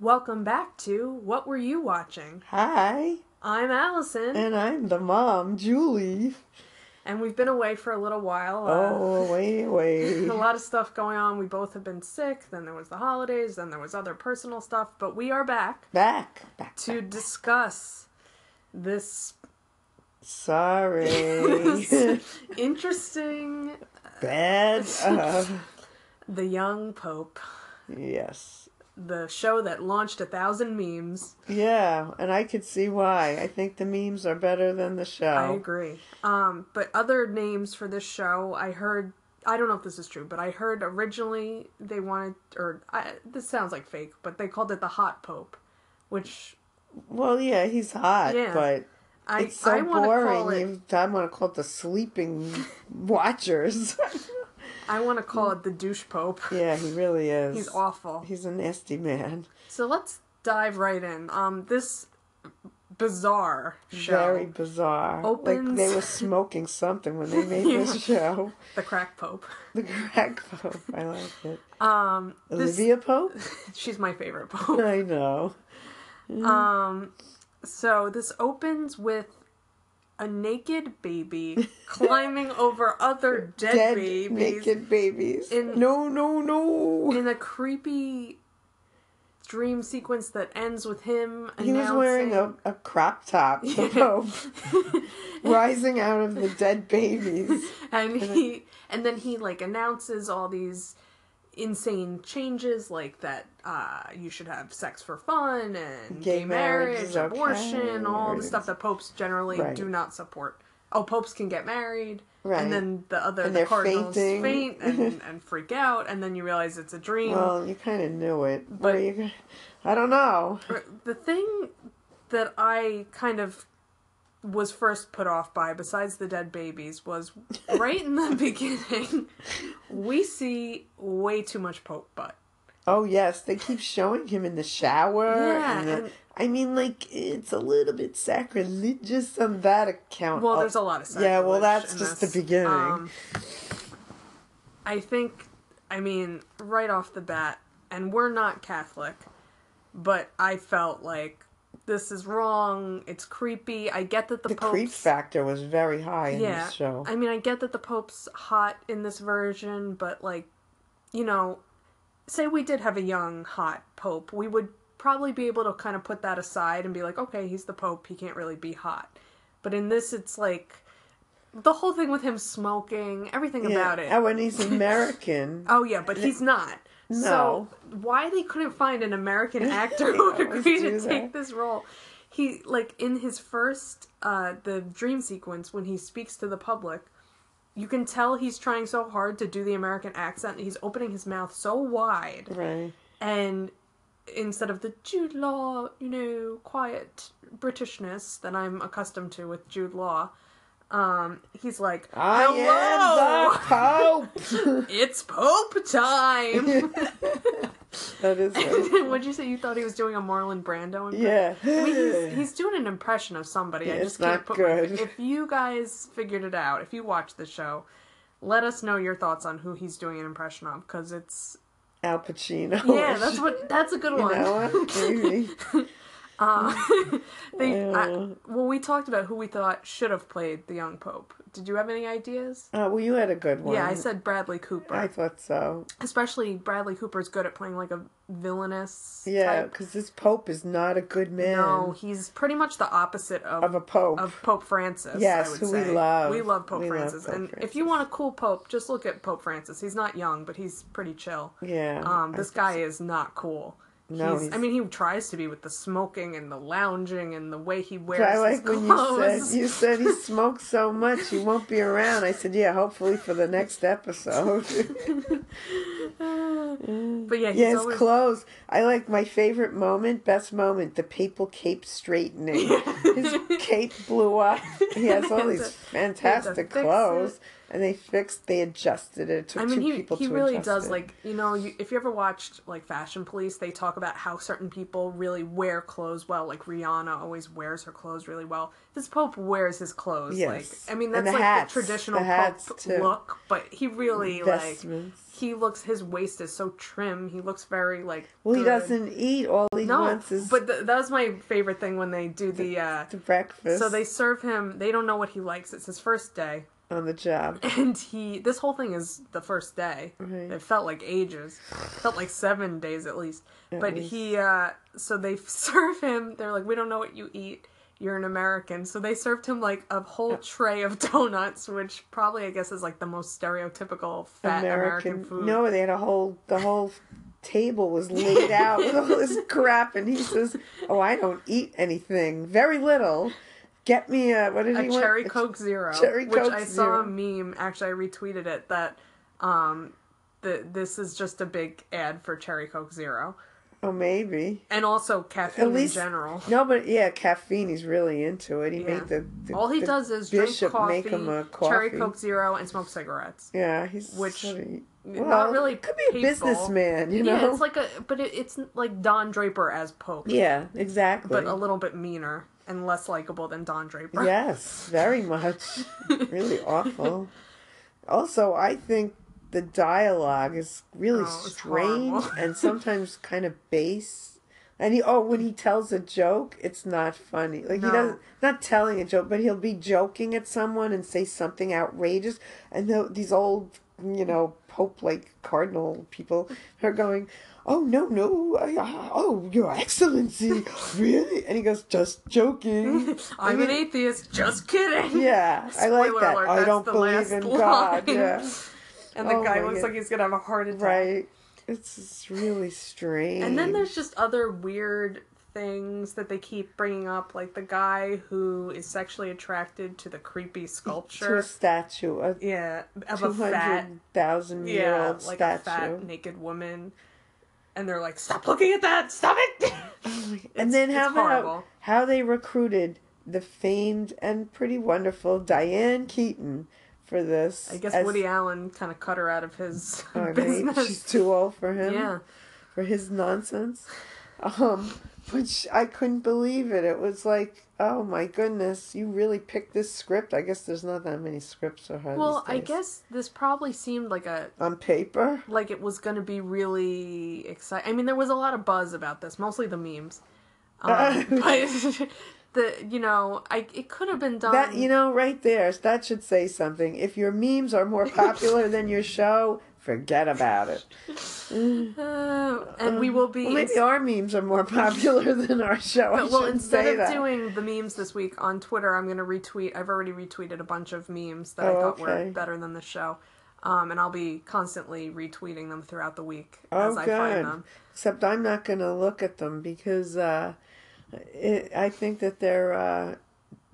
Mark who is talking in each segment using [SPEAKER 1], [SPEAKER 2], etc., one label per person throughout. [SPEAKER 1] Welcome back to What Were You Watching?
[SPEAKER 2] Hi,
[SPEAKER 1] I'm Allison,
[SPEAKER 2] and I'm the mom, Julie.
[SPEAKER 1] and we've been away for a little while. Uh,
[SPEAKER 2] Oh, wait, wait.
[SPEAKER 1] a lot of stuff going on. We both have been sick. Then there was the holidays. Then there was other personal stuff. But we are back
[SPEAKER 2] Back, back.
[SPEAKER 1] to
[SPEAKER 2] back.
[SPEAKER 1] discuss this
[SPEAKER 2] Sorry.
[SPEAKER 1] interesting
[SPEAKER 2] Bad. Uh,
[SPEAKER 1] The Young Pope,
[SPEAKER 2] yes.
[SPEAKER 1] the show that launched a thousand memes.
[SPEAKER 2] Yeah, and I could see why. I think the memes are better than the
[SPEAKER 1] I
[SPEAKER 2] show.
[SPEAKER 1] agree. Um, but other names for this show, I heard. I don't know if this is true, but I heard originally they wanted, or I, this sounds like fake, but they called it the Hot Pope, which
[SPEAKER 2] Well, yeah, he's hot,
[SPEAKER 1] Yeah.
[SPEAKER 2] but
[SPEAKER 1] I
[SPEAKER 2] it's so
[SPEAKER 1] I want to call
[SPEAKER 2] boring.
[SPEAKER 1] it.
[SPEAKER 2] You- I want to call it the sleeping watchers.
[SPEAKER 1] I want to call it the douche Pope.
[SPEAKER 2] yeah, he really is.
[SPEAKER 1] He's awful.
[SPEAKER 2] He's a nasty man.
[SPEAKER 1] So let's dive right in. Um, this bizarre show,
[SPEAKER 2] Very bizarre. Like
[SPEAKER 1] Opens-
[SPEAKER 2] they were smoking something when they made this show.
[SPEAKER 1] the crack Pope.
[SPEAKER 2] The crack Pope. I like it.
[SPEAKER 1] Um, this,
[SPEAKER 2] Olivia Pope?
[SPEAKER 1] she's my favorite Pope.
[SPEAKER 2] I know. Mm-hmm.
[SPEAKER 1] Um, so this opens with a naked baby climbing over other dead,
[SPEAKER 2] Dead
[SPEAKER 1] babies
[SPEAKER 2] naked babies.
[SPEAKER 1] In-
[SPEAKER 2] no, no, no.
[SPEAKER 1] in a creepy dream sequence that ends with him
[SPEAKER 2] He was wearing a, a crop top, the Pope, rising out of the dead babies.
[SPEAKER 1] and he and then he like announces all these insane changes like that uh you should have sex for fun and
[SPEAKER 2] Gay
[SPEAKER 1] gay,
[SPEAKER 2] marriage
[SPEAKER 1] marriage,
[SPEAKER 2] is
[SPEAKER 1] abortion
[SPEAKER 2] okay.
[SPEAKER 1] all the stuff that popes generally
[SPEAKER 2] Right.
[SPEAKER 1] do not support oh popes can get married
[SPEAKER 2] Right.
[SPEAKER 1] and then the other
[SPEAKER 2] And
[SPEAKER 1] the
[SPEAKER 2] they're
[SPEAKER 1] cardinals
[SPEAKER 2] fainting.
[SPEAKER 1] faint and, and freak out and then you realize it's a dream
[SPEAKER 2] Well, you kind of knew it.
[SPEAKER 1] But-
[SPEAKER 2] Were you- I don't know.
[SPEAKER 1] the thing that i kind of was first put off by besides the dead babies was right in the beginning we see way too much pope butt
[SPEAKER 2] Oh yes, they keep showing him in the shower.
[SPEAKER 1] Yeah,
[SPEAKER 2] and the-
[SPEAKER 1] and-
[SPEAKER 2] I mean, like it's a little bit sacrilegious on that account.
[SPEAKER 1] Well,
[SPEAKER 2] Oh,
[SPEAKER 1] there's a lot of
[SPEAKER 2] Yeah, well,
[SPEAKER 1] sacrilege
[SPEAKER 2] that's
[SPEAKER 1] in
[SPEAKER 2] just
[SPEAKER 1] this.
[SPEAKER 2] the beginning.
[SPEAKER 1] Um, I think, I mean, right off the bat, and we're not Catholic, but I felt like this is wrong. It's creepy. I get that the,
[SPEAKER 2] the
[SPEAKER 1] Pope's
[SPEAKER 2] creep factor was very high in
[SPEAKER 1] yeah.
[SPEAKER 2] this show.
[SPEAKER 1] I mean, I get that the Pope's hot in this version, but like, you know, say we did have a young hot Pope, we would probably be able to kind of put that aside and be like, okay, he's the Pope, he can't really be hot. But in this, it's like the whole thing with him smoking, everything
[SPEAKER 2] Yeah.
[SPEAKER 1] about it.
[SPEAKER 2] Oh, and he's American.
[SPEAKER 1] Oh yeah, but he's not.
[SPEAKER 2] No.
[SPEAKER 1] So why they couldn't find an American actor who would
[SPEAKER 2] They always
[SPEAKER 1] agree
[SPEAKER 2] do
[SPEAKER 1] to
[SPEAKER 2] that.
[SPEAKER 1] take this role? He like in his first uh the dream sequence when he speaks to the public, you can tell he's trying so hard to do the American accent. He's opening his mouth so wide
[SPEAKER 2] Right.
[SPEAKER 1] and instead of the Jude Law, you know, quiet Britishness that I'm accustomed to with Jude Law, um, he's like,
[SPEAKER 2] I am the Pope.
[SPEAKER 1] it's Pope time.
[SPEAKER 2] that is it.
[SPEAKER 1] Would you say you thought he was doing a Marlon Brando impression?
[SPEAKER 2] Yeah.
[SPEAKER 1] I mean, he's, he's doing an impression of somebody. I
[SPEAKER 2] Yeah,
[SPEAKER 1] just
[SPEAKER 2] it's
[SPEAKER 1] can't
[SPEAKER 2] not
[SPEAKER 1] put my-
[SPEAKER 2] good.
[SPEAKER 1] If you guys figured it out, if you watched the show, let us know your thoughts on who he's doing an impression of because it's
[SPEAKER 2] Al Pacino.
[SPEAKER 1] yeah, that's what that's a good
[SPEAKER 2] You
[SPEAKER 1] one.
[SPEAKER 2] know what? Maybe.
[SPEAKER 1] Um, they, I,
[SPEAKER 2] Yeah.
[SPEAKER 1] well, we talked about who we thought should have played the young pope. Did you have any ideas?
[SPEAKER 2] Oh, well, you had a good one.
[SPEAKER 1] Yeah, I said Bradley Cooper.
[SPEAKER 2] I thought so.
[SPEAKER 1] Especially Bradley Cooper's good at playing like a villainous.
[SPEAKER 2] Yeah,
[SPEAKER 1] type.
[SPEAKER 2] because this Pope is not a good man.
[SPEAKER 1] No, he's pretty much the opposite of
[SPEAKER 2] Of a Pope.
[SPEAKER 1] of Pope Francis.
[SPEAKER 2] Yes,
[SPEAKER 1] I would
[SPEAKER 2] who we
[SPEAKER 1] say.
[SPEAKER 2] love.
[SPEAKER 1] We love Pope
[SPEAKER 2] We love
[SPEAKER 1] Francis.
[SPEAKER 2] Pope
[SPEAKER 1] and if
[SPEAKER 2] Francis.
[SPEAKER 1] you want a cool Pope, just look at Pope Francis. He's not young, but he's pretty chill.
[SPEAKER 2] yeah.
[SPEAKER 1] Um,
[SPEAKER 2] I
[SPEAKER 1] this guy is not cool.
[SPEAKER 2] No,
[SPEAKER 1] he's, I
[SPEAKER 2] he's-
[SPEAKER 1] mean, he tries to be with the smoking and the lounging and the way he wears
[SPEAKER 2] But I
[SPEAKER 1] his
[SPEAKER 2] like when you
[SPEAKER 1] clothes.
[SPEAKER 2] said you said he smokes so much he won't be around. I said, yeah, hopefully for the next episode.
[SPEAKER 1] but yeah, he's
[SPEAKER 2] yes,
[SPEAKER 1] always
[SPEAKER 2] clothes. I like my favorite moment, best moment, the papal cape straightening. His cape blew up. He has all these fantastic
[SPEAKER 1] fix
[SPEAKER 2] clothes,
[SPEAKER 1] it.
[SPEAKER 2] and they fixed, they adjusted it. it took
[SPEAKER 1] I mean,
[SPEAKER 2] two
[SPEAKER 1] he,
[SPEAKER 2] people
[SPEAKER 1] he
[SPEAKER 2] to
[SPEAKER 1] really
[SPEAKER 2] adjust
[SPEAKER 1] does.
[SPEAKER 2] it.
[SPEAKER 1] Like, you know, you, if you ever watched, like, Fashion Police, they talk about how certain people really wear clothes well. Like, Rihanna always wears her clothes really well. This Pope wears his clothes.
[SPEAKER 2] Yes.
[SPEAKER 1] Like, I mean,
[SPEAKER 2] And
[SPEAKER 1] that's
[SPEAKER 2] the
[SPEAKER 1] like
[SPEAKER 2] hats.
[SPEAKER 1] the traditional
[SPEAKER 2] The hats,
[SPEAKER 1] Pope
[SPEAKER 2] too.
[SPEAKER 1] look, but he really, like,
[SPEAKER 2] Vestments.
[SPEAKER 1] he looks his waist is so trim. He looks very like
[SPEAKER 2] Well, he
[SPEAKER 1] good.
[SPEAKER 2] doesn't eat. All he
[SPEAKER 1] No,
[SPEAKER 2] wants is
[SPEAKER 1] but th- that was my favorite thing when they do the. uh
[SPEAKER 2] the breakfast
[SPEAKER 1] So they serve him. They don't know what he likes. It's his first day,
[SPEAKER 2] on the job.
[SPEAKER 1] and he. This whole thing is the first day.
[SPEAKER 2] Right.
[SPEAKER 1] It felt like ages. felt like seven days at least. but
[SPEAKER 2] least.
[SPEAKER 1] he. uh So they serve him. They're like, we don't know what you eat. You're an American, so they served him like a whole tray of donuts, which probably I guess is like the most stereotypical fat American, food.
[SPEAKER 2] No, they had a whole the whole table was laid out with all this crap, and he says, "Oh, I don't eat anything. Very little. Get me a what did
[SPEAKER 1] a
[SPEAKER 2] he want?
[SPEAKER 1] cherry coke zero
[SPEAKER 2] Cherry
[SPEAKER 1] which
[SPEAKER 2] Coke
[SPEAKER 1] i saw
[SPEAKER 2] Zero.
[SPEAKER 1] a meme actually i retweeted it that um the, this is just a big ad for cherry coke zero
[SPEAKER 2] Oh, maybe.
[SPEAKER 1] and also caffeine
[SPEAKER 2] least-
[SPEAKER 1] in general
[SPEAKER 2] No, but yeah, caffeine. He's really into it. He
[SPEAKER 1] Yeah.
[SPEAKER 2] made the, the-
[SPEAKER 1] all he
[SPEAKER 2] the
[SPEAKER 1] does is
[SPEAKER 2] bishop
[SPEAKER 1] drink coffee,
[SPEAKER 2] make him a
[SPEAKER 1] cherry
[SPEAKER 2] coffee.
[SPEAKER 1] coke zero and smoke cigarettes
[SPEAKER 2] Yeah, he's
[SPEAKER 1] which-
[SPEAKER 2] sort of-
[SPEAKER 1] not really
[SPEAKER 2] could be a
[SPEAKER 1] people.
[SPEAKER 2] businessman. You know.
[SPEAKER 1] yeah it's like a but it, it's like don draper as pope
[SPEAKER 2] Yeah, exactly.
[SPEAKER 1] but a little bit meaner and less likable than don draper
[SPEAKER 2] Yes, very much. really awful. Also, I think the dialogue is really
[SPEAKER 1] Oh, it's
[SPEAKER 2] strange
[SPEAKER 1] horrible.
[SPEAKER 2] and sometimes kind of base. And he oh, when he tells a joke, it's not funny. Like
[SPEAKER 1] No.
[SPEAKER 2] he doesn't not telling a joke, but he'll be joking at someone and say something outrageous, and the, these old you know pope like cardinal people are going. Oh no no! I, I- oh, Your Excellency, really? And he goes, "Just joking."
[SPEAKER 1] i'm
[SPEAKER 2] mean-
[SPEAKER 1] an atheist just kidding
[SPEAKER 2] Yeah, I like
[SPEAKER 1] Spoiler
[SPEAKER 2] that.
[SPEAKER 1] alert,
[SPEAKER 2] I
[SPEAKER 1] that's
[SPEAKER 2] don't
[SPEAKER 1] the
[SPEAKER 2] believe
[SPEAKER 1] last
[SPEAKER 2] in God.
[SPEAKER 1] line.
[SPEAKER 2] Yeah,
[SPEAKER 1] and the
[SPEAKER 2] Oh
[SPEAKER 1] guy
[SPEAKER 2] my
[SPEAKER 1] looks
[SPEAKER 2] God.
[SPEAKER 1] like he's gonna have a heart attack
[SPEAKER 2] right. It's just really strange.
[SPEAKER 1] And then there's just other weird things that they keep bringing up, like the guy who is sexually attracted to the creepy
[SPEAKER 2] to a
[SPEAKER 1] sculpture.
[SPEAKER 2] statue, a
[SPEAKER 1] yeah, of
[SPEAKER 2] two
[SPEAKER 1] a fat,
[SPEAKER 2] hundred thousand year
[SPEAKER 1] yeah,
[SPEAKER 2] old
[SPEAKER 1] like a
[SPEAKER 2] statue.
[SPEAKER 1] fat naked woman. And they're like, "Stop looking at that! Stop it!"
[SPEAKER 2] and then
[SPEAKER 1] it's
[SPEAKER 2] how about
[SPEAKER 1] horrible.
[SPEAKER 2] how they recruited the famed and pretty wonderful Diane Keaton for this?
[SPEAKER 1] I guess
[SPEAKER 2] as-
[SPEAKER 1] Woody Allen kind of cut her out of his
[SPEAKER 2] Oh, maybe
[SPEAKER 1] business.
[SPEAKER 2] she's too old for him.
[SPEAKER 1] yeah,
[SPEAKER 2] for his nonsense. Um, which I couldn't believe it. It was like, oh my goodness, you really picked this script. I guess there's not that many scripts for her.
[SPEAKER 1] well,
[SPEAKER 2] these
[SPEAKER 1] I
[SPEAKER 2] days.
[SPEAKER 1] guess this probably seemed like a
[SPEAKER 2] on paper.
[SPEAKER 1] like it was going to be really exciting. I mean, there was a lot of buzz about this, mostly the memes. Um, but the you know, I it could have been done.
[SPEAKER 2] That you know, right there, that should say something. If your memes are more popular than your show, forget about it.
[SPEAKER 1] uh, and we will be.
[SPEAKER 2] um, Well, maybe our memes are more popular than our show. I
[SPEAKER 1] but, well,
[SPEAKER 2] shouldn't
[SPEAKER 1] instead
[SPEAKER 2] say
[SPEAKER 1] of
[SPEAKER 2] that.
[SPEAKER 1] doing the memes this week on Twitter, I'm going to retweet. I've already retweeted a bunch of memes that I
[SPEAKER 2] Oh,
[SPEAKER 1] thought
[SPEAKER 2] okay.
[SPEAKER 1] were better than the show. Um, and I'll be constantly retweeting them throughout the week
[SPEAKER 2] Oh,
[SPEAKER 1] as I
[SPEAKER 2] good.
[SPEAKER 1] find them.
[SPEAKER 2] Except I'm not going to look at them because uh, it, I think that they're uh,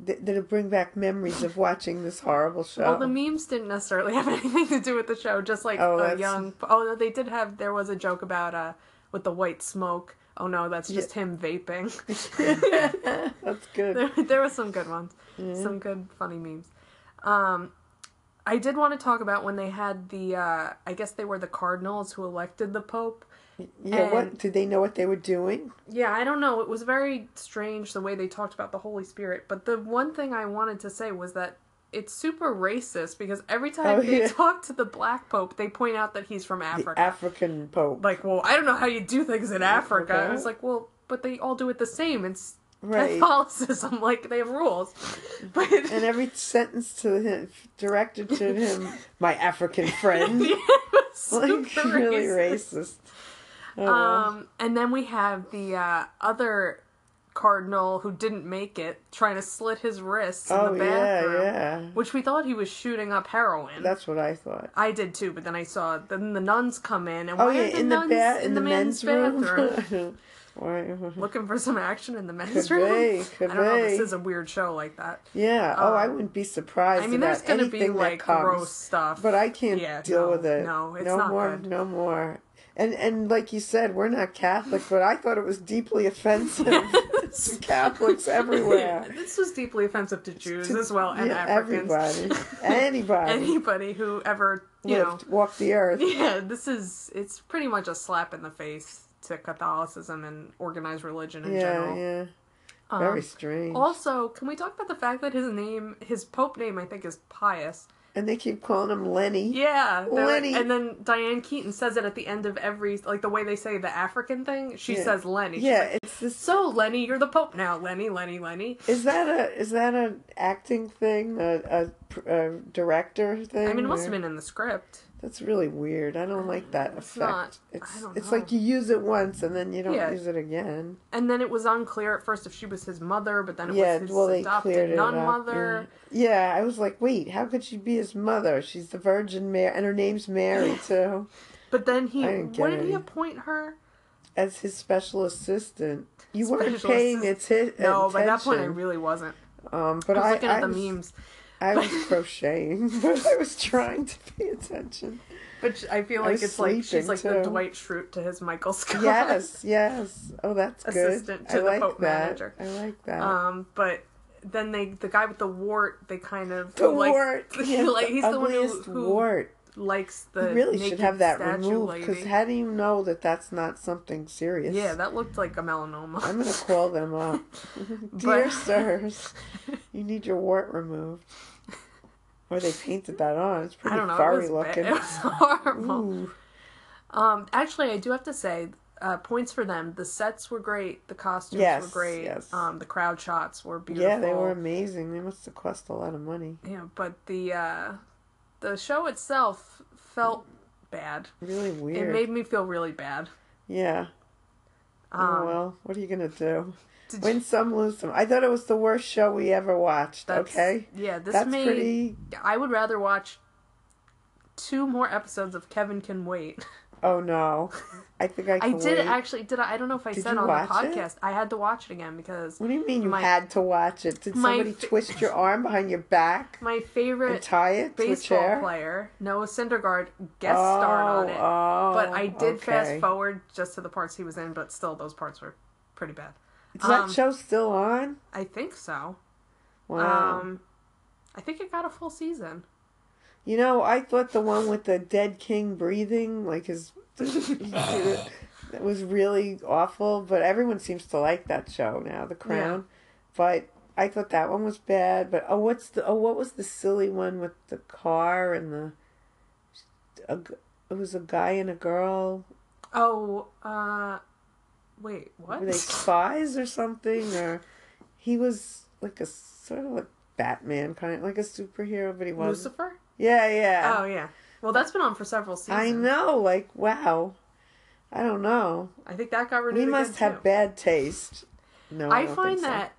[SPEAKER 2] th- that'll bring back memories of watching this horrible show.
[SPEAKER 1] Well, the memes didn't necessarily have anything to do with the show. Just like
[SPEAKER 2] Oh,
[SPEAKER 1] a
[SPEAKER 2] that's-
[SPEAKER 1] young. Oh no, they did have. There was a joke about uh with the white smoke. Oh no, that's just him vaping.
[SPEAKER 2] That's good.
[SPEAKER 1] there, there was some good ones, some good funny memes. Um, I did want to talk about when they had the. Uh, I guess they were the cardinals who elected the pope.
[SPEAKER 2] Yeah. What
[SPEAKER 1] and-
[SPEAKER 2] did they know what they were doing?
[SPEAKER 1] Yeah, I don't know. It was very strange the way they talked about the Holy Spirit. But the one thing I wanted to say was that it's super racist because every time
[SPEAKER 2] Oh,
[SPEAKER 1] they
[SPEAKER 2] yeah.
[SPEAKER 1] talk to the black pope, they point out that he's from
[SPEAKER 2] The
[SPEAKER 1] Africa.
[SPEAKER 2] African Pope.
[SPEAKER 1] like, well, I don't know how you do things in Africa.
[SPEAKER 2] Africa.
[SPEAKER 1] I was like, well, but they all do it the same. It's
[SPEAKER 2] Right.
[SPEAKER 1] Catholicism. Like they have rules. But
[SPEAKER 2] and every sentence to him directed to him, my African friend.
[SPEAKER 1] Yeah, it was
[SPEAKER 2] like
[SPEAKER 1] super
[SPEAKER 2] really
[SPEAKER 1] racist.
[SPEAKER 2] racist. Oh, well.
[SPEAKER 1] Um, and then we have the uh, other cardinal who didn't make it trying to slit his wrists in
[SPEAKER 2] oh
[SPEAKER 1] the
[SPEAKER 2] yeah,
[SPEAKER 1] bathroom,
[SPEAKER 2] yeah.
[SPEAKER 1] which we thought he was shooting up heroin.
[SPEAKER 2] That's what I thought.
[SPEAKER 1] I did too, but then I saw then the nuns come in and
[SPEAKER 2] Oh
[SPEAKER 1] why
[SPEAKER 2] yeah,
[SPEAKER 1] are the
[SPEAKER 2] in the
[SPEAKER 1] nuns
[SPEAKER 2] ba-
[SPEAKER 1] in, the, men's, bathroom
[SPEAKER 2] room. Why? uh-huh.
[SPEAKER 1] looking for some action in the men's
[SPEAKER 2] Could
[SPEAKER 1] room?
[SPEAKER 2] be, could
[SPEAKER 1] I don't know. This
[SPEAKER 2] be.
[SPEAKER 1] is a weird show like that.
[SPEAKER 2] Yeah. oh, I
[SPEAKER 1] Um,
[SPEAKER 2] wouldn't be surprised.
[SPEAKER 1] I mean,
[SPEAKER 2] about
[SPEAKER 1] there's gonna
[SPEAKER 2] anything
[SPEAKER 1] be
[SPEAKER 2] that
[SPEAKER 1] like
[SPEAKER 2] comes,
[SPEAKER 1] gross stuff,
[SPEAKER 2] But I can't
[SPEAKER 1] Yeah,
[SPEAKER 2] deal
[SPEAKER 1] no,
[SPEAKER 2] with it.
[SPEAKER 1] no, it's not
[SPEAKER 2] more.
[SPEAKER 1] good.
[SPEAKER 2] No more. And and like you said, we're not Catholic, but I thought it was deeply offensive to Catholics everywhere.
[SPEAKER 1] this was deeply offensive to Jews as well and
[SPEAKER 2] Yeah,
[SPEAKER 1] Africans.
[SPEAKER 2] everybody, anybody
[SPEAKER 1] Anybody who ever, you know,
[SPEAKER 2] lived, walked the earth.
[SPEAKER 1] Yeah, this is it's pretty much a slap in the face to Catholicism and organized religion in
[SPEAKER 2] Yeah,
[SPEAKER 1] general.
[SPEAKER 2] yeah.
[SPEAKER 1] Um,
[SPEAKER 2] Very strange.
[SPEAKER 1] Also, can we talk about the fact that his name, his pope name, I think is Pius,
[SPEAKER 2] And they keep calling him Lenny.
[SPEAKER 1] Yeah, they're like-
[SPEAKER 2] Lenny.
[SPEAKER 1] and then Diane Keaton says it at the end of every like the way they say the African thing. She
[SPEAKER 2] Yeah.
[SPEAKER 1] says Lenny. She's
[SPEAKER 2] Yeah,
[SPEAKER 1] like,
[SPEAKER 2] it's this.
[SPEAKER 1] so Lenny, you're the Pope now. Lenny, Lenny, Lenny.
[SPEAKER 2] Is that a is that an acting thing? A, a, a director thing?
[SPEAKER 1] I mean, it must have
[SPEAKER 2] or-
[SPEAKER 1] been in the script.
[SPEAKER 2] That's really weird. I don't like that
[SPEAKER 1] It's
[SPEAKER 2] effect.
[SPEAKER 1] not-
[SPEAKER 2] it's
[SPEAKER 1] I don't
[SPEAKER 2] it's
[SPEAKER 1] know.
[SPEAKER 2] like you use it once and then you don't
[SPEAKER 1] Yeah.
[SPEAKER 2] use it again.
[SPEAKER 1] And then it was unclear at first if she was his mother, but then it
[SPEAKER 2] yeah,
[SPEAKER 1] was his
[SPEAKER 2] well they cleared
[SPEAKER 1] adopted
[SPEAKER 2] it
[SPEAKER 1] nun
[SPEAKER 2] up,
[SPEAKER 1] mother.
[SPEAKER 2] Yeah. yeah, I was like, wait, how could she be his mother? She's the Virgin Mary, and her name's Mary too,
[SPEAKER 1] But then he,
[SPEAKER 2] I didn't get
[SPEAKER 1] what did he
[SPEAKER 2] it.
[SPEAKER 1] appoint her?
[SPEAKER 2] as his special assistant. You weren't
[SPEAKER 1] Special
[SPEAKER 2] paying atti-
[SPEAKER 1] No,
[SPEAKER 2] attention.
[SPEAKER 1] by that point I really wasn't.
[SPEAKER 2] um,
[SPEAKER 1] I
[SPEAKER 2] but
[SPEAKER 1] was
[SPEAKER 2] I,
[SPEAKER 1] looking
[SPEAKER 2] I
[SPEAKER 1] at the
[SPEAKER 2] was,
[SPEAKER 1] memes,
[SPEAKER 2] I was crocheting, but I was trying to pay attention.
[SPEAKER 1] but sh- I feel
[SPEAKER 2] I
[SPEAKER 1] like
[SPEAKER 2] was
[SPEAKER 1] it's like she's
[SPEAKER 2] sleeping,
[SPEAKER 1] like the
[SPEAKER 2] too.
[SPEAKER 1] Dwight Schrute to his Michael Scott.
[SPEAKER 2] Yes, yes. Oh, that's
[SPEAKER 1] Assistant
[SPEAKER 2] good.
[SPEAKER 1] to
[SPEAKER 2] I
[SPEAKER 1] the
[SPEAKER 2] like
[SPEAKER 1] Pope
[SPEAKER 2] that.
[SPEAKER 1] manager.
[SPEAKER 2] I like that.
[SPEAKER 1] Um, but then they, the guy with the wart, they kind of
[SPEAKER 2] the
[SPEAKER 1] like,
[SPEAKER 2] wart. Yeah,
[SPEAKER 1] like he's the one who,
[SPEAKER 2] ugliest
[SPEAKER 1] who
[SPEAKER 2] wart.
[SPEAKER 1] likes
[SPEAKER 2] You
[SPEAKER 1] the
[SPEAKER 2] really
[SPEAKER 1] naked
[SPEAKER 2] should have that
[SPEAKER 1] statue
[SPEAKER 2] removed because
[SPEAKER 1] lady.
[SPEAKER 2] how do you know that that's not something serious?
[SPEAKER 1] yeah, that looked like a melanoma.
[SPEAKER 2] I'm gonna call them up, dear sirs. You need your wart removed. Or they painted that on. It's pretty
[SPEAKER 1] I don't know.
[SPEAKER 2] furry
[SPEAKER 1] it was bad.
[SPEAKER 2] looking.
[SPEAKER 1] It was horrible.
[SPEAKER 2] Ooh.
[SPEAKER 1] Um, actually, I do have to say uh, points for them. The sets were great. The costumes
[SPEAKER 2] Yes,
[SPEAKER 1] were great.
[SPEAKER 2] yes.
[SPEAKER 1] Um, the crowd shots were beautiful.
[SPEAKER 2] Yeah, they were amazing. They must have cost a lot of money.
[SPEAKER 1] Yeah, but the uh, the show itself felt bad.
[SPEAKER 2] Really weird.
[SPEAKER 1] It made me feel really bad.
[SPEAKER 2] yeah.
[SPEAKER 1] Um,
[SPEAKER 2] oh well, what are you gonna do?
[SPEAKER 1] did you-
[SPEAKER 2] Win some, lose some. I thought it was the worst show we ever watched.
[SPEAKER 1] that's-
[SPEAKER 2] okay,
[SPEAKER 1] Yeah, this
[SPEAKER 2] that's
[SPEAKER 1] made.
[SPEAKER 2] pretty.
[SPEAKER 1] I would rather watch two more episodes of Kevin Can Wait.
[SPEAKER 2] Oh no, I think I.
[SPEAKER 1] I
[SPEAKER 2] Can
[SPEAKER 1] did
[SPEAKER 2] wait.
[SPEAKER 1] actually. Did I? I don't know if I
[SPEAKER 2] Did
[SPEAKER 1] said
[SPEAKER 2] you
[SPEAKER 1] on
[SPEAKER 2] watch
[SPEAKER 1] the
[SPEAKER 2] it?
[SPEAKER 1] podcast. I had to watch it again because
[SPEAKER 2] What do you mean you
[SPEAKER 1] My-
[SPEAKER 2] had to watch it? Did
[SPEAKER 1] my
[SPEAKER 2] somebody
[SPEAKER 1] fa-
[SPEAKER 2] twist your arm behind your back
[SPEAKER 1] my
[SPEAKER 2] and
[SPEAKER 1] favorite
[SPEAKER 2] tie it to a
[SPEAKER 1] baseball
[SPEAKER 2] chair?
[SPEAKER 1] player, Noah Syndergaard, guest starred on
[SPEAKER 2] Oh,
[SPEAKER 1] it.
[SPEAKER 2] oh,
[SPEAKER 1] but I did fast
[SPEAKER 2] okay.
[SPEAKER 1] forward just to the parts he was in, but still those parts were pretty bad.
[SPEAKER 2] Is that
[SPEAKER 1] um,
[SPEAKER 2] show still on?
[SPEAKER 1] I think so.
[SPEAKER 2] Wow.
[SPEAKER 1] Um, I think it got a full season.
[SPEAKER 2] you know, I thought the one with the dead king breathing, like his, that was really awful. But everyone seems to like that show now, The Crown. But I thought that one was bad. But oh, what's the oh, what was the silly one with the car and the, a g it was a guy and a girl.
[SPEAKER 1] Oh, uh, wait, what?
[SPEAKER 2] Were they spies or something? Or he was like a sort of like Batman kind of like a superhero, but he wasn't.
[SPEAKER 1] Lucifer?
[SPEAKER 2] Yeah, yeah.
[SPEAKER 1] Oh yeah. Well, that's been on for several seasons.
[SPEAKER 2] I know. Like wow, I don't know.
[SPEAKER 1] I think that got renewed.
[SPEAKER 2] We
[SPEAKER 1] again,
[SPEAKER 2] must have
[SPEAKER 1] too.
[SPEAKER 2] bad taste. No, I,
[SPEAKER 1] I
[SPEAKER 2] don't
[SPEAKER 1] find
[SPEAKER 2] think so.
[SPEAKER 1] that,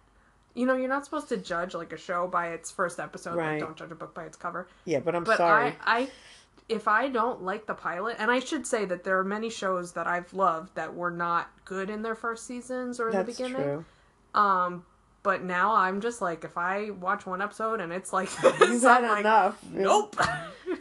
[SPEAKER 1] you know, you're not supposed to judge like a show by its first episode.
[SPEAKER 2] Right.
[SPEAKER 1] Like, don't judge a book by its cover.
[SPEAKER 2] Yeah, but I'm
[SPEAKER 1] But
[SPEAKER 2] sorry.
[SPEAKER 1] I, I, if I don't like the pilot, and I should say that there are many shows that I've loved that were not good in their first seasons or in
[SPEAKER 2] That's
[SPEAKER 1] the beginning.
[SPEAKER 2] true.
[SPEAKER 1] Um, but now I'm just like, if I watch one episode and it's like,
[SPEAKER 2] You
[SPEAKER 1] this,
[SPEAKER 2] had
[SPEAKER 1] I'm like,
[SPEAKER 2] enough.
[SPEAKER 1] Nope.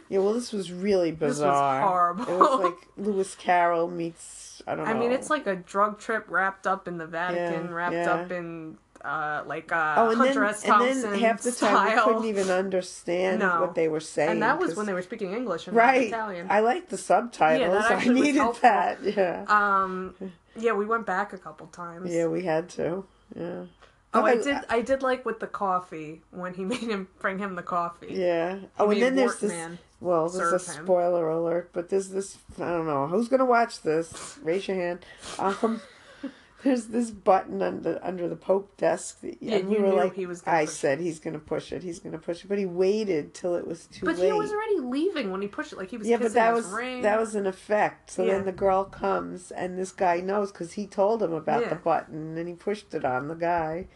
[SPEAKER 2] Yeah, well, this was really
[SPEAKER 1] was
[SPEAKER 2] bizarre.
[SPEAKER 1] horrible.
[SPEAKER 2] It was like Lewis Carroll meets I don't know.
[SPEAKER 1] I mean, it's like a drug trip wrapped up in the Vatican,
[SPEAKER 2] Oh. Yeah,
[SPEAKER 1] wrapped
[SPEAKER 2] yeah.
[SPEAKER 1] up in uh, like uh,
[SPEAKER 2] oh, and
[SPEAKER 1] Hunter
[SPEAKER 2] then,
[SPEAKER 1] S. Thompson
[SPEAKER 2] and then half the time
[SPEAKER 1] style.
[SPEAKER 2] we couldn't even understand
[SPEAKER 1] No.
[SPEAKER 2] what they were saying.
[SPEAKER 1] and that was
[SPEAKER 2] 'cause-
[SPEAKER 1] when they were speaking English and
[SPEAKER 2] right.
[SPEAKER 1] not Italian.
[SPEAKER 2] I like the subtitles. I
[SPEAKER 1] actually was
[SPEAKER 2] needed
[SPEAKER 1] helpful.
[SPEAKER 2] that. Yeah.
[SPEAKER 1] um, yeah, we went back a couple times.
[SPEAKER 2] yeah, we had to. Yeah.
[SPEAKER 1] Um, Oh, I
[SPEAKER 2] Okay,
[SPEAKER 1] did. I did like with the coffee when he made him bring him the coffee.
[SPEAKER 2] Yeah. Oh,
[SPEAKER 1] made
[SPEAKER 2] and then there's
[SPEAKER 1] Wart
[SPEAKER 2] this.
[SPEAKER 1] Man
[SPEAKER 2] Well, this is a
[SPEAKER 1] serve him.
[SPEAKER 2] spoiler alert, but there's this. I don't know who's gonna watch this. Raise your hand. Um, there's this button under under the Pope desk, that,
[SPEAKER 1] Yeah,
[SPEAKER 2] and we
[SPEAKER 1] you
[SPEAKER 2] were
[SPEAKER 1] knew
[SPEAKER 2] like,
[SPEAKER 1] he was gonna
[SPEAKER 2] I
[SPEAKER 1] push it.
[SPEAKER 2] said he's gonna push it. He's gonna push it, but he waited till it was too
[SPEAKER 1] But
[SPEAKER 2] late.
[SPEAKER 1] he was already leaving when he pushed it. Like he was
[SPEAKER 2] yeah,
[SPEAKER 1] kissing
[SPEAKER 2] but that
[SPEAKER 1] his
[SPEAKER 2] was
[SPEAKER 1] ring.
[SPEAKER 2] that was an effect. So
[SPEAKER 1] Yeah.
[SPEAKER 2] then the girl comes, and this guy knows because he told him about
[SPEAKER 1] Yeah.
[SPEAKER 2] the button, and he pushed it on the guy.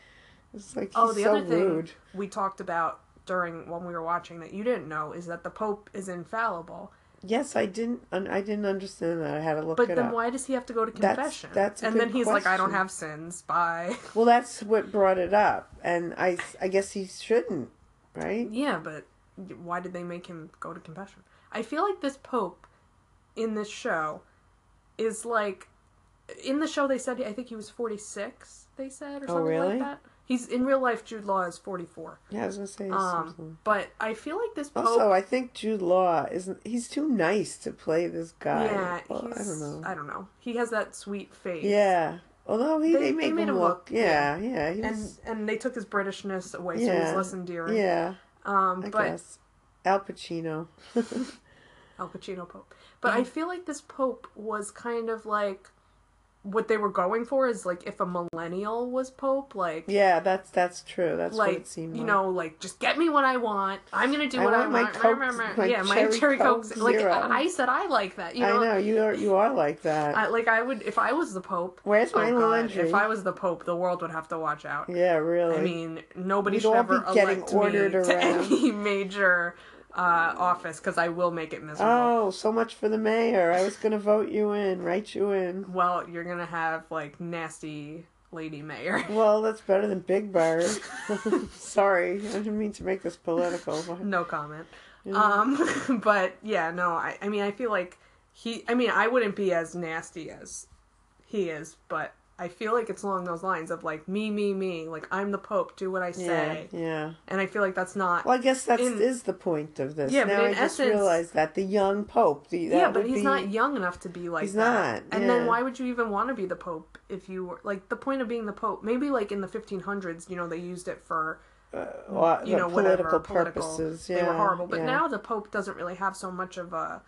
[SPEAKER 2] It's like he's
[SPEAKER 1] oh, the
[SPEAKER 2] so
[SPEAKER 1] other thing
[SPEAKER 2] rude.
[SPEAKER 1] we talked about during when we were watching that you didn't know is that the Pope is infallible.
[SPEAKER 2] Yes, I didn't. I didn't understand that. I had to look
[SPEAKER 1] But
[SPEAKER 2] it
[SPEAKER 1] then
[SPEAKER 2] up.
[SPEAKER 1] why does he have to go to
[SPEAKER 2] That's-
[SPEAKER 1] confession?
[SPEAKER 2] that's a
[SPEAKER 1] and
[SPEAKER 2] good
[SPEAKER 1] then he's like, I don't
[SPEAKER 2] question.
[SPEAKER 1] have sins. Bye.
[SPEAKER 2] Well, that's what brought it up, and I, I guess he shouldn't, right?
[SPEAKER 1] yeah, but why did they make him go to confession? I feel like this Pope in this show is like in the show they said I think he was forty six. They said or something
[SPEAKER 2] Oh, really?
[SPEAKER 1] like that. He's in real life. Jude Law is forty four.
[SPEAKER 2] Yeah, I was gonna say.
[SPEAKER 1] Um,
[SPEAKER 2] something.
[SPEAKER 1] but I feel like this Pope.
[SPEAKER 2] Also, I think Jude Law isn't. He's too nice to play this guy.
[SPEAKER 1] yeah,
[SPEAKER 2] Well,
[SPEAKER 1] he's,
[SPEAKER 2] I don't know.
[SPEAKER 1] He has that sweet face.
[SPEAKER 2] Yeah, although he,
[SPEAKER 1] They-
[SPEAKER 2] they,
[SPEAKER 1] they
[SPEAKER 2] make
[SPEAKER 1] made
[SPEAKER 2] him
[SPEAKER 1] him
[SPEAKER 2] look.
[SPEAKER 1] look-
[SPEAKER 2] yeah, yeah, he
[SPEAKER 1] and
[SPEAKER 2] was.
[SPEAKER 1] and they took his Britishness away, so he was
[SPEAKER 2] Yeah.
[SPEAKER 1] less endearing.
[SPEAKER 2] yeah,
[SPEAKER 1] Um,
[SPEAKER 2] I
[SPEAKER 1] but
[SPEAKER 2] guess. Al Pacino.
[SPEAKER 1] Al Pacino Pope. But I feel like this Pope was kind of like what they were going for is like if a millennial was Pope, like
[SPEAKER 2] yeah, that's that's true. That's what
[SPEAKER 1] like
[SPEAKER 2] it
[SPEAKER 1] you
[SPEAKER 2] seemed like.
[SPEAKER 1] know, like just get me what I want. I'm gonna do
[SPEAKER 2] I
[SPEAKER 1] what I
[SPEAKER 2] want my
[SPEAKER 1] want.
[SPEAKER 2] Coke-
[SPEAKER 1] Rah, rah, rah.
[SPEAKER 2] my
[SPEAKER 1] yeah, my
[SPEAKER 2] Cherry
[SPEAKER 1] cherry
[SPEAKER 2] Coke
[SPEAKER 1] Coke. Like
[SPEAKER 2] Zero.
[SPEAKER 1] I said, I like that. You know,
[SPEAKER 2] I know you are you are like that.
[SPEAKER 1] I, like I would if I was the Pope.
[SPEAKER 2] Where's
[SPEAKER 1] oh
[SPEAKER 2] my
[SPEAKER 1] God,
[SPEAKER 2] laundry?
[SPEAKER 1] If I was the Pope, the world would have to watch out.
[SPEAKER 2] yeah, really.
[SPEAKER 1] I mean, nobody
[SPEAKER 2] We'd
[SPEAKER 1] should
[SPEAKER 2] all
[SPEAKER 1] ever
[SPEAKER 2] be getting
[SPEAKER 1] elect
[SPEAKER 2] ordered
[SPEAKER 1] me to
[SPEAKER 2] around.
[SPEAKER 1] any major uh, office because I will make it miserable.
[SPEAKER 2] oh, so much for the mayor. I was gonna vote you in, write you in.
[SPEAKER 1] Well, you're gonna have like nasty lady mayor.
[SPEAKER 2] Well, that's better than Big Bird. Sorry, I didn't mean to make this political. but-
[SPEAKER 1] no comment. Um, but yeah, no. I, I mean, I feel like he. I mean, I wouldn't be as nasty as he is, but I feel like it's along those lines of like me, me, me. Like I'm the Pope. Do what I
[SPEAKER 2] Yeah,
[SPEAKER 1] say.
[SPEAKER 2] yeah.
[SPEAKER 1] And I feel like that's not.
[SPEAKER 2] Well, I guess that is
[SPEAKER 1] In-
[SPEAKER 2] the point of this.
[SPEAKER 1] Yeah, but
[SPEAKER 2] now
[SPEAKER 1] in
[SPEAKER 2] I just
[SPEAKER 1] essence-
[SPEAKER 2] realized that the young Pope. The, that
[SPEAKER 1] yeah, but
[SPEAKER 2] would
[SPEAKER 1] he's
[SPEAKER 2] be-
[SPEAKER 1] not young enough to be like
[SPEAKER 2] He's
[SPEAKER 1] that.
[SPEAKER 2] not,
[SPEAKER 1] And
[SPEAKER 2] yeah.
[SPEAKER 1] then why would you even want to be the pope if you were like the point of being the pope? Maybe like in the 1500s, you know, they used it for
[SPEAKER 2] Well,
[SPEAKER 1] you
[SPEAKER 2] the
[SPEAKER 1] know whatever
[SPEAKER 2] political
[SPEAKER 1] political
[SPEAKER 2] purposes.
[SPEAKER 1] they were
[SPEAKER 2] yeah,
[SPEAKER 1] horrible. But
[SPEAKER 2] yeah.
[SPEAKER 1] now the pope doesn't really have so much of a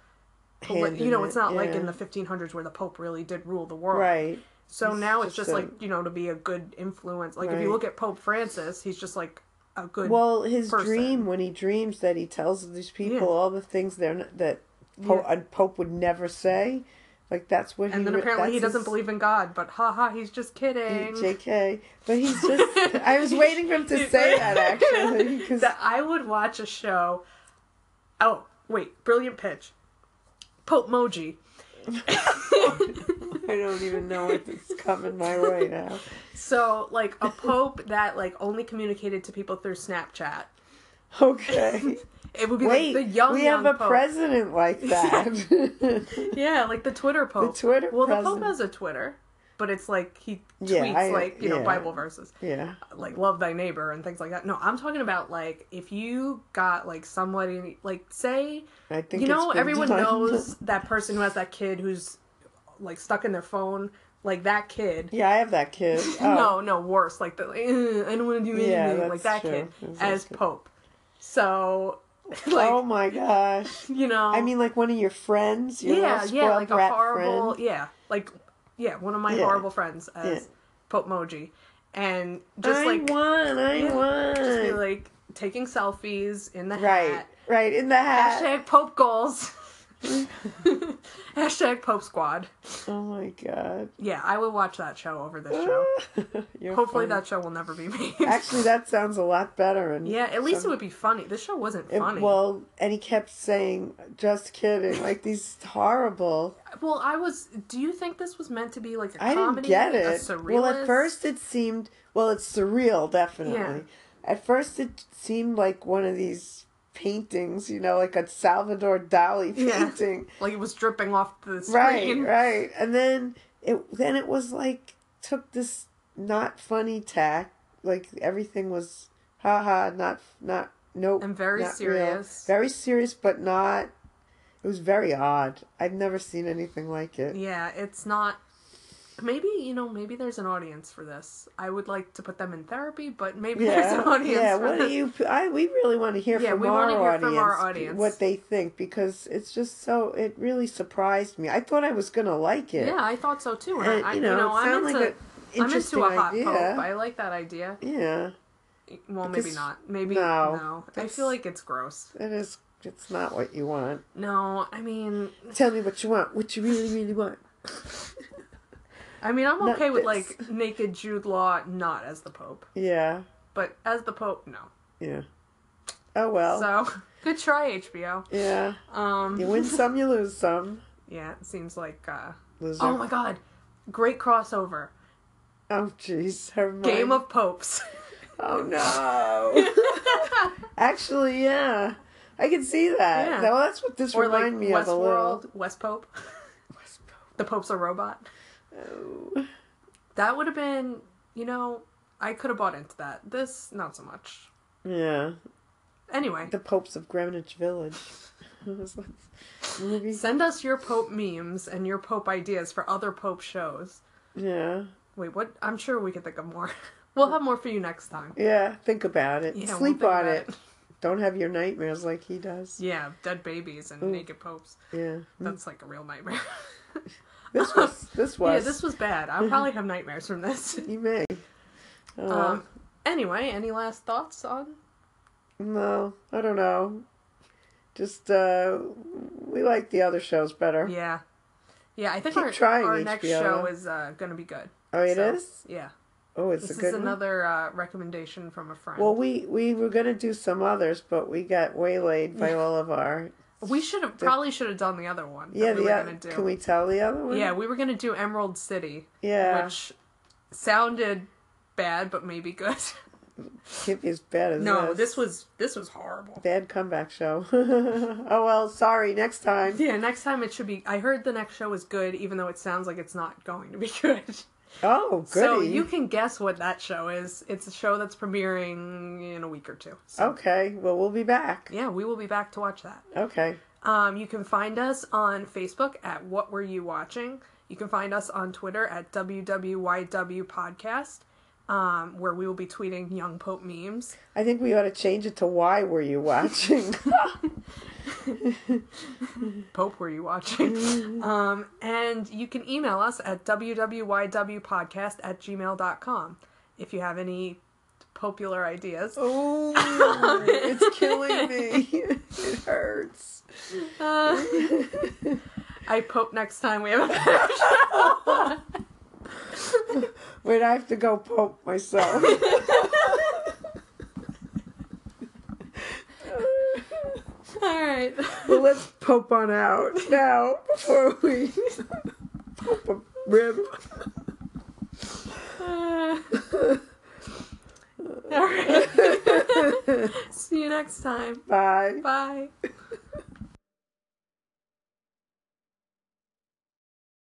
[SPEAKER 1] poli-
[SPEAKER 2] Hand
[SPEAKER 1] you
[SPEAKER 2] in
[SPEAKER 1] know,
[SPEAKER 2] it,
[SPEAKER 1] it's not like
[SPEAKER 2] yeah.
[SPEAKER 1] in the 1500s where the pope really did rule the world.
[SPEAKER 2] right.
[SPEAKER 1] So
[SPEAKER 2] He's
[SPEAKER 1] now it's just,
[SPEAKER 2] just a-
[SPEAKER 1] like, you know, to be a good influence. Like if
[SPEAKER 2] Right.
[SPEAKER 1] you look at Pope Francis, he's just like a good
[SPEAKER 2] Well, his
[SPEAKER 1] person.
[SPEAKER 2] dream when he dreams that he tells these people
[SPEAKER 1] Yeah.
[SPEAKER 2] all the things they're not, that Pope,
[SPEAKER 1] Yeah.
[SPEAKER 2] a Pope would never say, like that's what. he
[SPEAKER 1] and then
[SPEAKER 2] re-
[SPEAKER 1] apparently he
[SPEAKER 2] that's
[SPEAKER 1] doesn't
[SPEAKER 2] his-
[SPEAKER 1] believe in God, but haha, he's just kidding.
[SPEAKER 2] Jk, but he's just. I was waiting for him to say that actually because
[SPEAKER 1] that I would watch a show. Oh wait, brilliant pitch. Pope Moji.
[SPEAKER 2] I don't even know if it's coming my way now.
[SPEAKER 1] So like a pope that like only communicated to people through Snapchat.
[SPEAKER 2] Okay,
[SPEAKER 1] It would be
[SPEAKER 2] wait.
[SPEAKER 1] like the young
[SPEAKER 2] we
[SPEAKER 1] young
[SPEAKER 2] have a
[SPEAKER 1] pope.
[SPEAKER 2] president like that.
[SPEAKER 1] Yeah, like the Twitter pope.
[SPEAKER 2] Twitter
[SPEAKER 1] Well, the
[SPEAKER 2] president.
[SPEAKER 1] pope has a Twitter, but it's like he tweets
[SPEAKER 2] Yeah, I-
[SPEAKER 1] like you
[SPEAKER 2] yeah.
[SPEAKER 1] know Bible verses.
[SPEAKER 2] yeah.
[SPEAKER 1] like love thy neighbor and things like that. No, I'm talking about like if you got like somebody like say
[SPEAKER 2] I think
[SPEAKER 1] you
[SPEAKER 2] it's
[SPEAKER 1] know
[SPEAKER 2] been
[SPEAKER 1] everyone
[SPEAKER 2] done.
[SPEAKER 1] knows that person who has that kid who's like stuck in their phone, like that kid.
[SPEAKER 2] Yeah, I have that kid. Oh,
[SPEAKER 1] No, no, worse. Like the "Eh, I don't want to do anything
[SPEAKER 2] Yeah,
[SPEAKER 1] like
[SPEAKER 2] that's
[SPEAKER 1] that
[SPEAKER 2] true.
[SPEAKER 1] kid
[SPEAKER 2] That's
[SPEAKER 1] as
[SPEAKER 2] true.
[SPEAKER 1] Pope. So like
[SPEAKER 2] oh my gosh.
[SPEAKER 1] you know
[SPEAKER 2] I mean, like one of your friends, your
[SPEAKER 1] yeah,
[SPEAKER 2] little
[SPEAKER 1] yeah,
[SPEAKER 2] spoiled
[SPEAKER 1] like a
[SPEAKER 2] brat
[SPEAKER 1] horrible,
[SPEAKER 2] friend.
[SPEAKER 1] yeah, like yeah, one of my
[SPEAKER 2] Yeah.
[SPEAKER 1] horrible friends as
[SPEAKER 2] Yeah.
[SPEAKER 1] Pope Moji, and just
[SPEAKER 2] I
[SPEAKER 1] like
[SPEAKER 2] won, I
[SPEAKER 1] yeah,
[SPEAKER 2] won.
[SPEAKER 1] just be like taking selfies in the
[SPEAKER 2] right,
[SPEAKER 1] hat.
[SPEAKER 2] right in the hat.
[SPEAKER 1] Hashtag Pope goals. Hashtag Pope Squad.
[SPEAKER 2] Oh my god.
[SPEAKER 1] Yeah, I would watch that show over this show.
[SPEAKER 2] You're
[SPEAKER 1] Hopefully,
[SPEAKER 2] funny.
[SPEAKER 1] that show will never be made.
[SPEAKER 2] Actually, that sounds a lot better. And
[SPEAKER 1] yeah, at least
[SPEAKER 2] some-
[SPEAKER 1] it would be funny. This show wasn't
[SPEAKER 2] it-
[SPEAKER 1] funny. well,
[SPEAKER 2] well, and he kept saying, "Just kidding," like these horrible.
[SPEAKER 1] I was. Do you think this was meant to be like a
[SPEAKER 2] I didn't
[SPEAKER 1] comedy?
[SPEAKER 2] get
[SPEAKER 1] A
[SPEAKER 2] it.
[SPEAKER 1] surrealist?
[SPEAKER 2] Well, at first it seemed well, it's surreal, definitely.
[SPEAKER 1] Yeah.
[SPEAKER 2] At first it seemed like one of these paintings, you know, like a Salvador Dali
[SPEAKER 1] Yeah.
[SPEAKER 2] painting.
[SPEAKER 1] like it was dripping off the
[SPEAKER 2] Right,
[SPEAKER 1] screen.
[SPEAKER 2] right. And then it then it was like took this not funny tack, like everything was haha, not not nope.
[SPEAKER 1] And very
[SPEAKER 2] not real.
[SPEAKER 1] serious.
[SPEAKER 2] Very serious but not it was very odd. I've never seen anything like it.
[SPEAKER 1] Yeah, it's not. Maybe you know. Maybe there's an audience for this. I would like to put them in therapy, but maybe there's an audience.
[SPEAKER 2] Yeah,
[SPEAKER 1] for
[SPEAKER 2] what
[SPEAKER 1] this.
[SPEAKER 2] do you? I we really want to hear
[SPEAKER 1] Yeah,
[SPEAKER 2] from
[SPEAKER 1] we
[SPEAKER 2] our
[SPEAKER 1] wanna hear
[SPEAKER 2] audience,
[SPEAKER 1] from our audience.
[SPEAKER 2] what they think because it's just so. It really surprised me. I thought I was gonna like it.
[SPEAKER 1] Yeah, I thought so too. And
[SPEAKER 2] And,
[SPEAKER 1] I,
[SPEAKER 2] you know, it
[SPEAKER 1] I'm
[SPEAKER 2] sounded
[SPEAKER 1] into,
[SPEAKER 2] like a
[SPEAKER 1] I'm into
[SPEAKER 2] interesting
[SPEAKER 1] a hot
[SPEAKER 2] idea.
[SPEAKER 1] pope. I like that idea.
[SPEAKER 2] yeah,
[SPEAKER 1] Well, maybe
[SPEAKER 2] Because-
[SPEAKER 1] not. Maybe
[SPEAKER 2] no,
[SPEAKER 1] no. I
[SPEAKER 2] that's-
[SPEAKER 1] feel like it's gross.
[SPEAKER 2] it is. It's not what you want.
[SPEAKER 1] No, I mean,
[SPEAKER 2] Tell me what you want. What you really, really want.
[SPEAKER 1] I mean, I'm
[SPEAKER 2] Not
[SPEAKER 1] okay with
[SPEAKER 2] this.
[SPEAKER 1] like naked Jude Law, not as the pope,
[SPEAKER 2] Yeah,
[SPEAKER 1] but as the pope, no.
[SPEAKER 2] yeah. Oh well.
[SPEAKER 1] So good try HBO.
[SPEAKER 2] yeah,
[SPEAKER 1] Um,
[SPEAKER 2] you win some, you lose some.
[SPEAKER 1] yeah, it seems like. Uh,
[SPEAKER 2] Loser.
[SPEAKER 1] oh my God, great crossover.
[SPEAKER 2] Oh jeez, her
[SPEAKER 1] Game of Popes.
[SPEAKER 2] Oh no. Actually, yeah. I can see that.
[SPEAKER 1] Yeah.
[SPEAKER 2] Well, that's what this
[SPEAKER 1] or like
[SPEAKER 2] reminded me of a little.
[SPEAKER 1] Westworld, West Pope. The Pope's a robot.
[SPEAKER 2] Oh.
[SPEAKER 1] That would have been, you know, I could have bought into that. This, not so much.
[SPEAKER 2] Yeah.
[SPEAKER 1] Anyway,
[SPEAKER 2] The Popes of Greenwich Village. That's what- Movie.
[SPEAKER 1] send us your Pope memes and your Pope ideas for other Pope shows.
[SPEAKER 2] Yeah.
[SPEAKER 1] Wait, what? I'm sure we could think of more. We'll have more for you next time.
[SPEAKER 2] Yeah. Think about it.
[SPEAKER 1] Yeah, we'll
[SPEAKER 2] Sleep
[SPEAKER 1] think
[SPEAKER 2] on
[SPEAKER 1] about
[SPEAKER 2] it. Don't have your nightmares like he does.
[SPEAKER 1] Yeah, dead babies and
[SPEAKER 2] Ooh.
[SPEAKER 1] naked popes.
[SPEAKER 2] Yeah.
[SPEAKER 1] That's like a real nightmare.
[SPEAKER 2] This was this E was
[SPEAKER 1] yeah, this was bad.
[SPEAKER 2] Mm-hmm.
[SPEAKER 1] I'll probably have nightmares from this.
[SPEAKER 2] you may. Oh,
[SPEAKER 1] Um, anyway, any last thoughts on?
[SPEAKER 2] no, I don't know. Just uh we like the other shows better.
[SPEAKER 1] Yeah, yeah. I think
[SPEAKER 2] Keep
[SPEAKER 1] our,
[SPEAKER 2] trying,
[SPEAKER 1] our next
[SPEAKER 2] HBO.
[SPEAKER 1] show is uh, going to be good.
[SPEAKER 2] Oh, it is.
[SPEAKER 1] So, Yeah,
[SPEAKER 2] Oh, it's
[SPEAKER 1] this
[SPEAKER 2] a
[SPEAKER 1] is
[SPEAKER 2] good one.
[SPEAKER 1] another uh, recommendation from a friend.
[SPEAKER 2] Well, we we were gonna do some others, but we got waylaid by all of our.
[SPEAKER 1] we should have probably should have done the other one. that
[SPEAKER 2] Yeah,
[SPEAKER 1] we
[SPEAKER 2] the
[SPEAKER 1] were
[SPEAKER 2] o-
[SPEAKER 1] gonna do.
[SPEAKER 2] can we tell the other one?
[SPEAKER 1] Yeah, we were going to do Emerald City,
[SPEAKER 2] yeah.
[SPEAKER 1] which sounded bad but maybe good.
[SPEAKER 2] Can't be as bad as
[SPEAKER 1] no,
[SPEAKER 2] this.
[SPEAKER 1] this was this was horrible.
[SPEAKER 2] bad comeback show. oh well, sorry. Next time.
[SPEAKER 1] Yeah, next time it should be. I heard the next show is good, even though it sounds like it's not going to be good.
[SPEAKER 2] Oh, goody.
[SPEAKER 1] So you can guess what that show is. It's a show that's premiering in a week or two. So,
[SPEAKER 2] Okay. Well, we'll be back.
[SPEAKER 1] Yeah, we will be back to watch that.
[SPEAKER 2] Okay.
[SPEAKER 1] Um, you can find us on Facebook at What Were You Watching. You can find us on Twitter at WWYW Podcast, um, where we will be tweeting Young Pope memes.
[SPEAKER 2] I think we ought to change it to why were you watching?
[SPEAKER 1] Pope, were you watching? um, and you can email us at WWYWpodcast at gmail.com if you have any popular ideas.
[SPEAKER 2] oh, it's killing me. it hurts.
[SPEAKER 1] Uh, I Pope next time we have a better show.
[SPEAKER 2] Wait, I have to go pope myself.
[SPEAKER 1] All right.
[SPEAKER 2] well, let's pope on out now before we pope a rib.
[SPEAKER 1] Uh, all right. See you next time.
[SPEAKER 2] Bye.
[SPEAKER 1] Bye.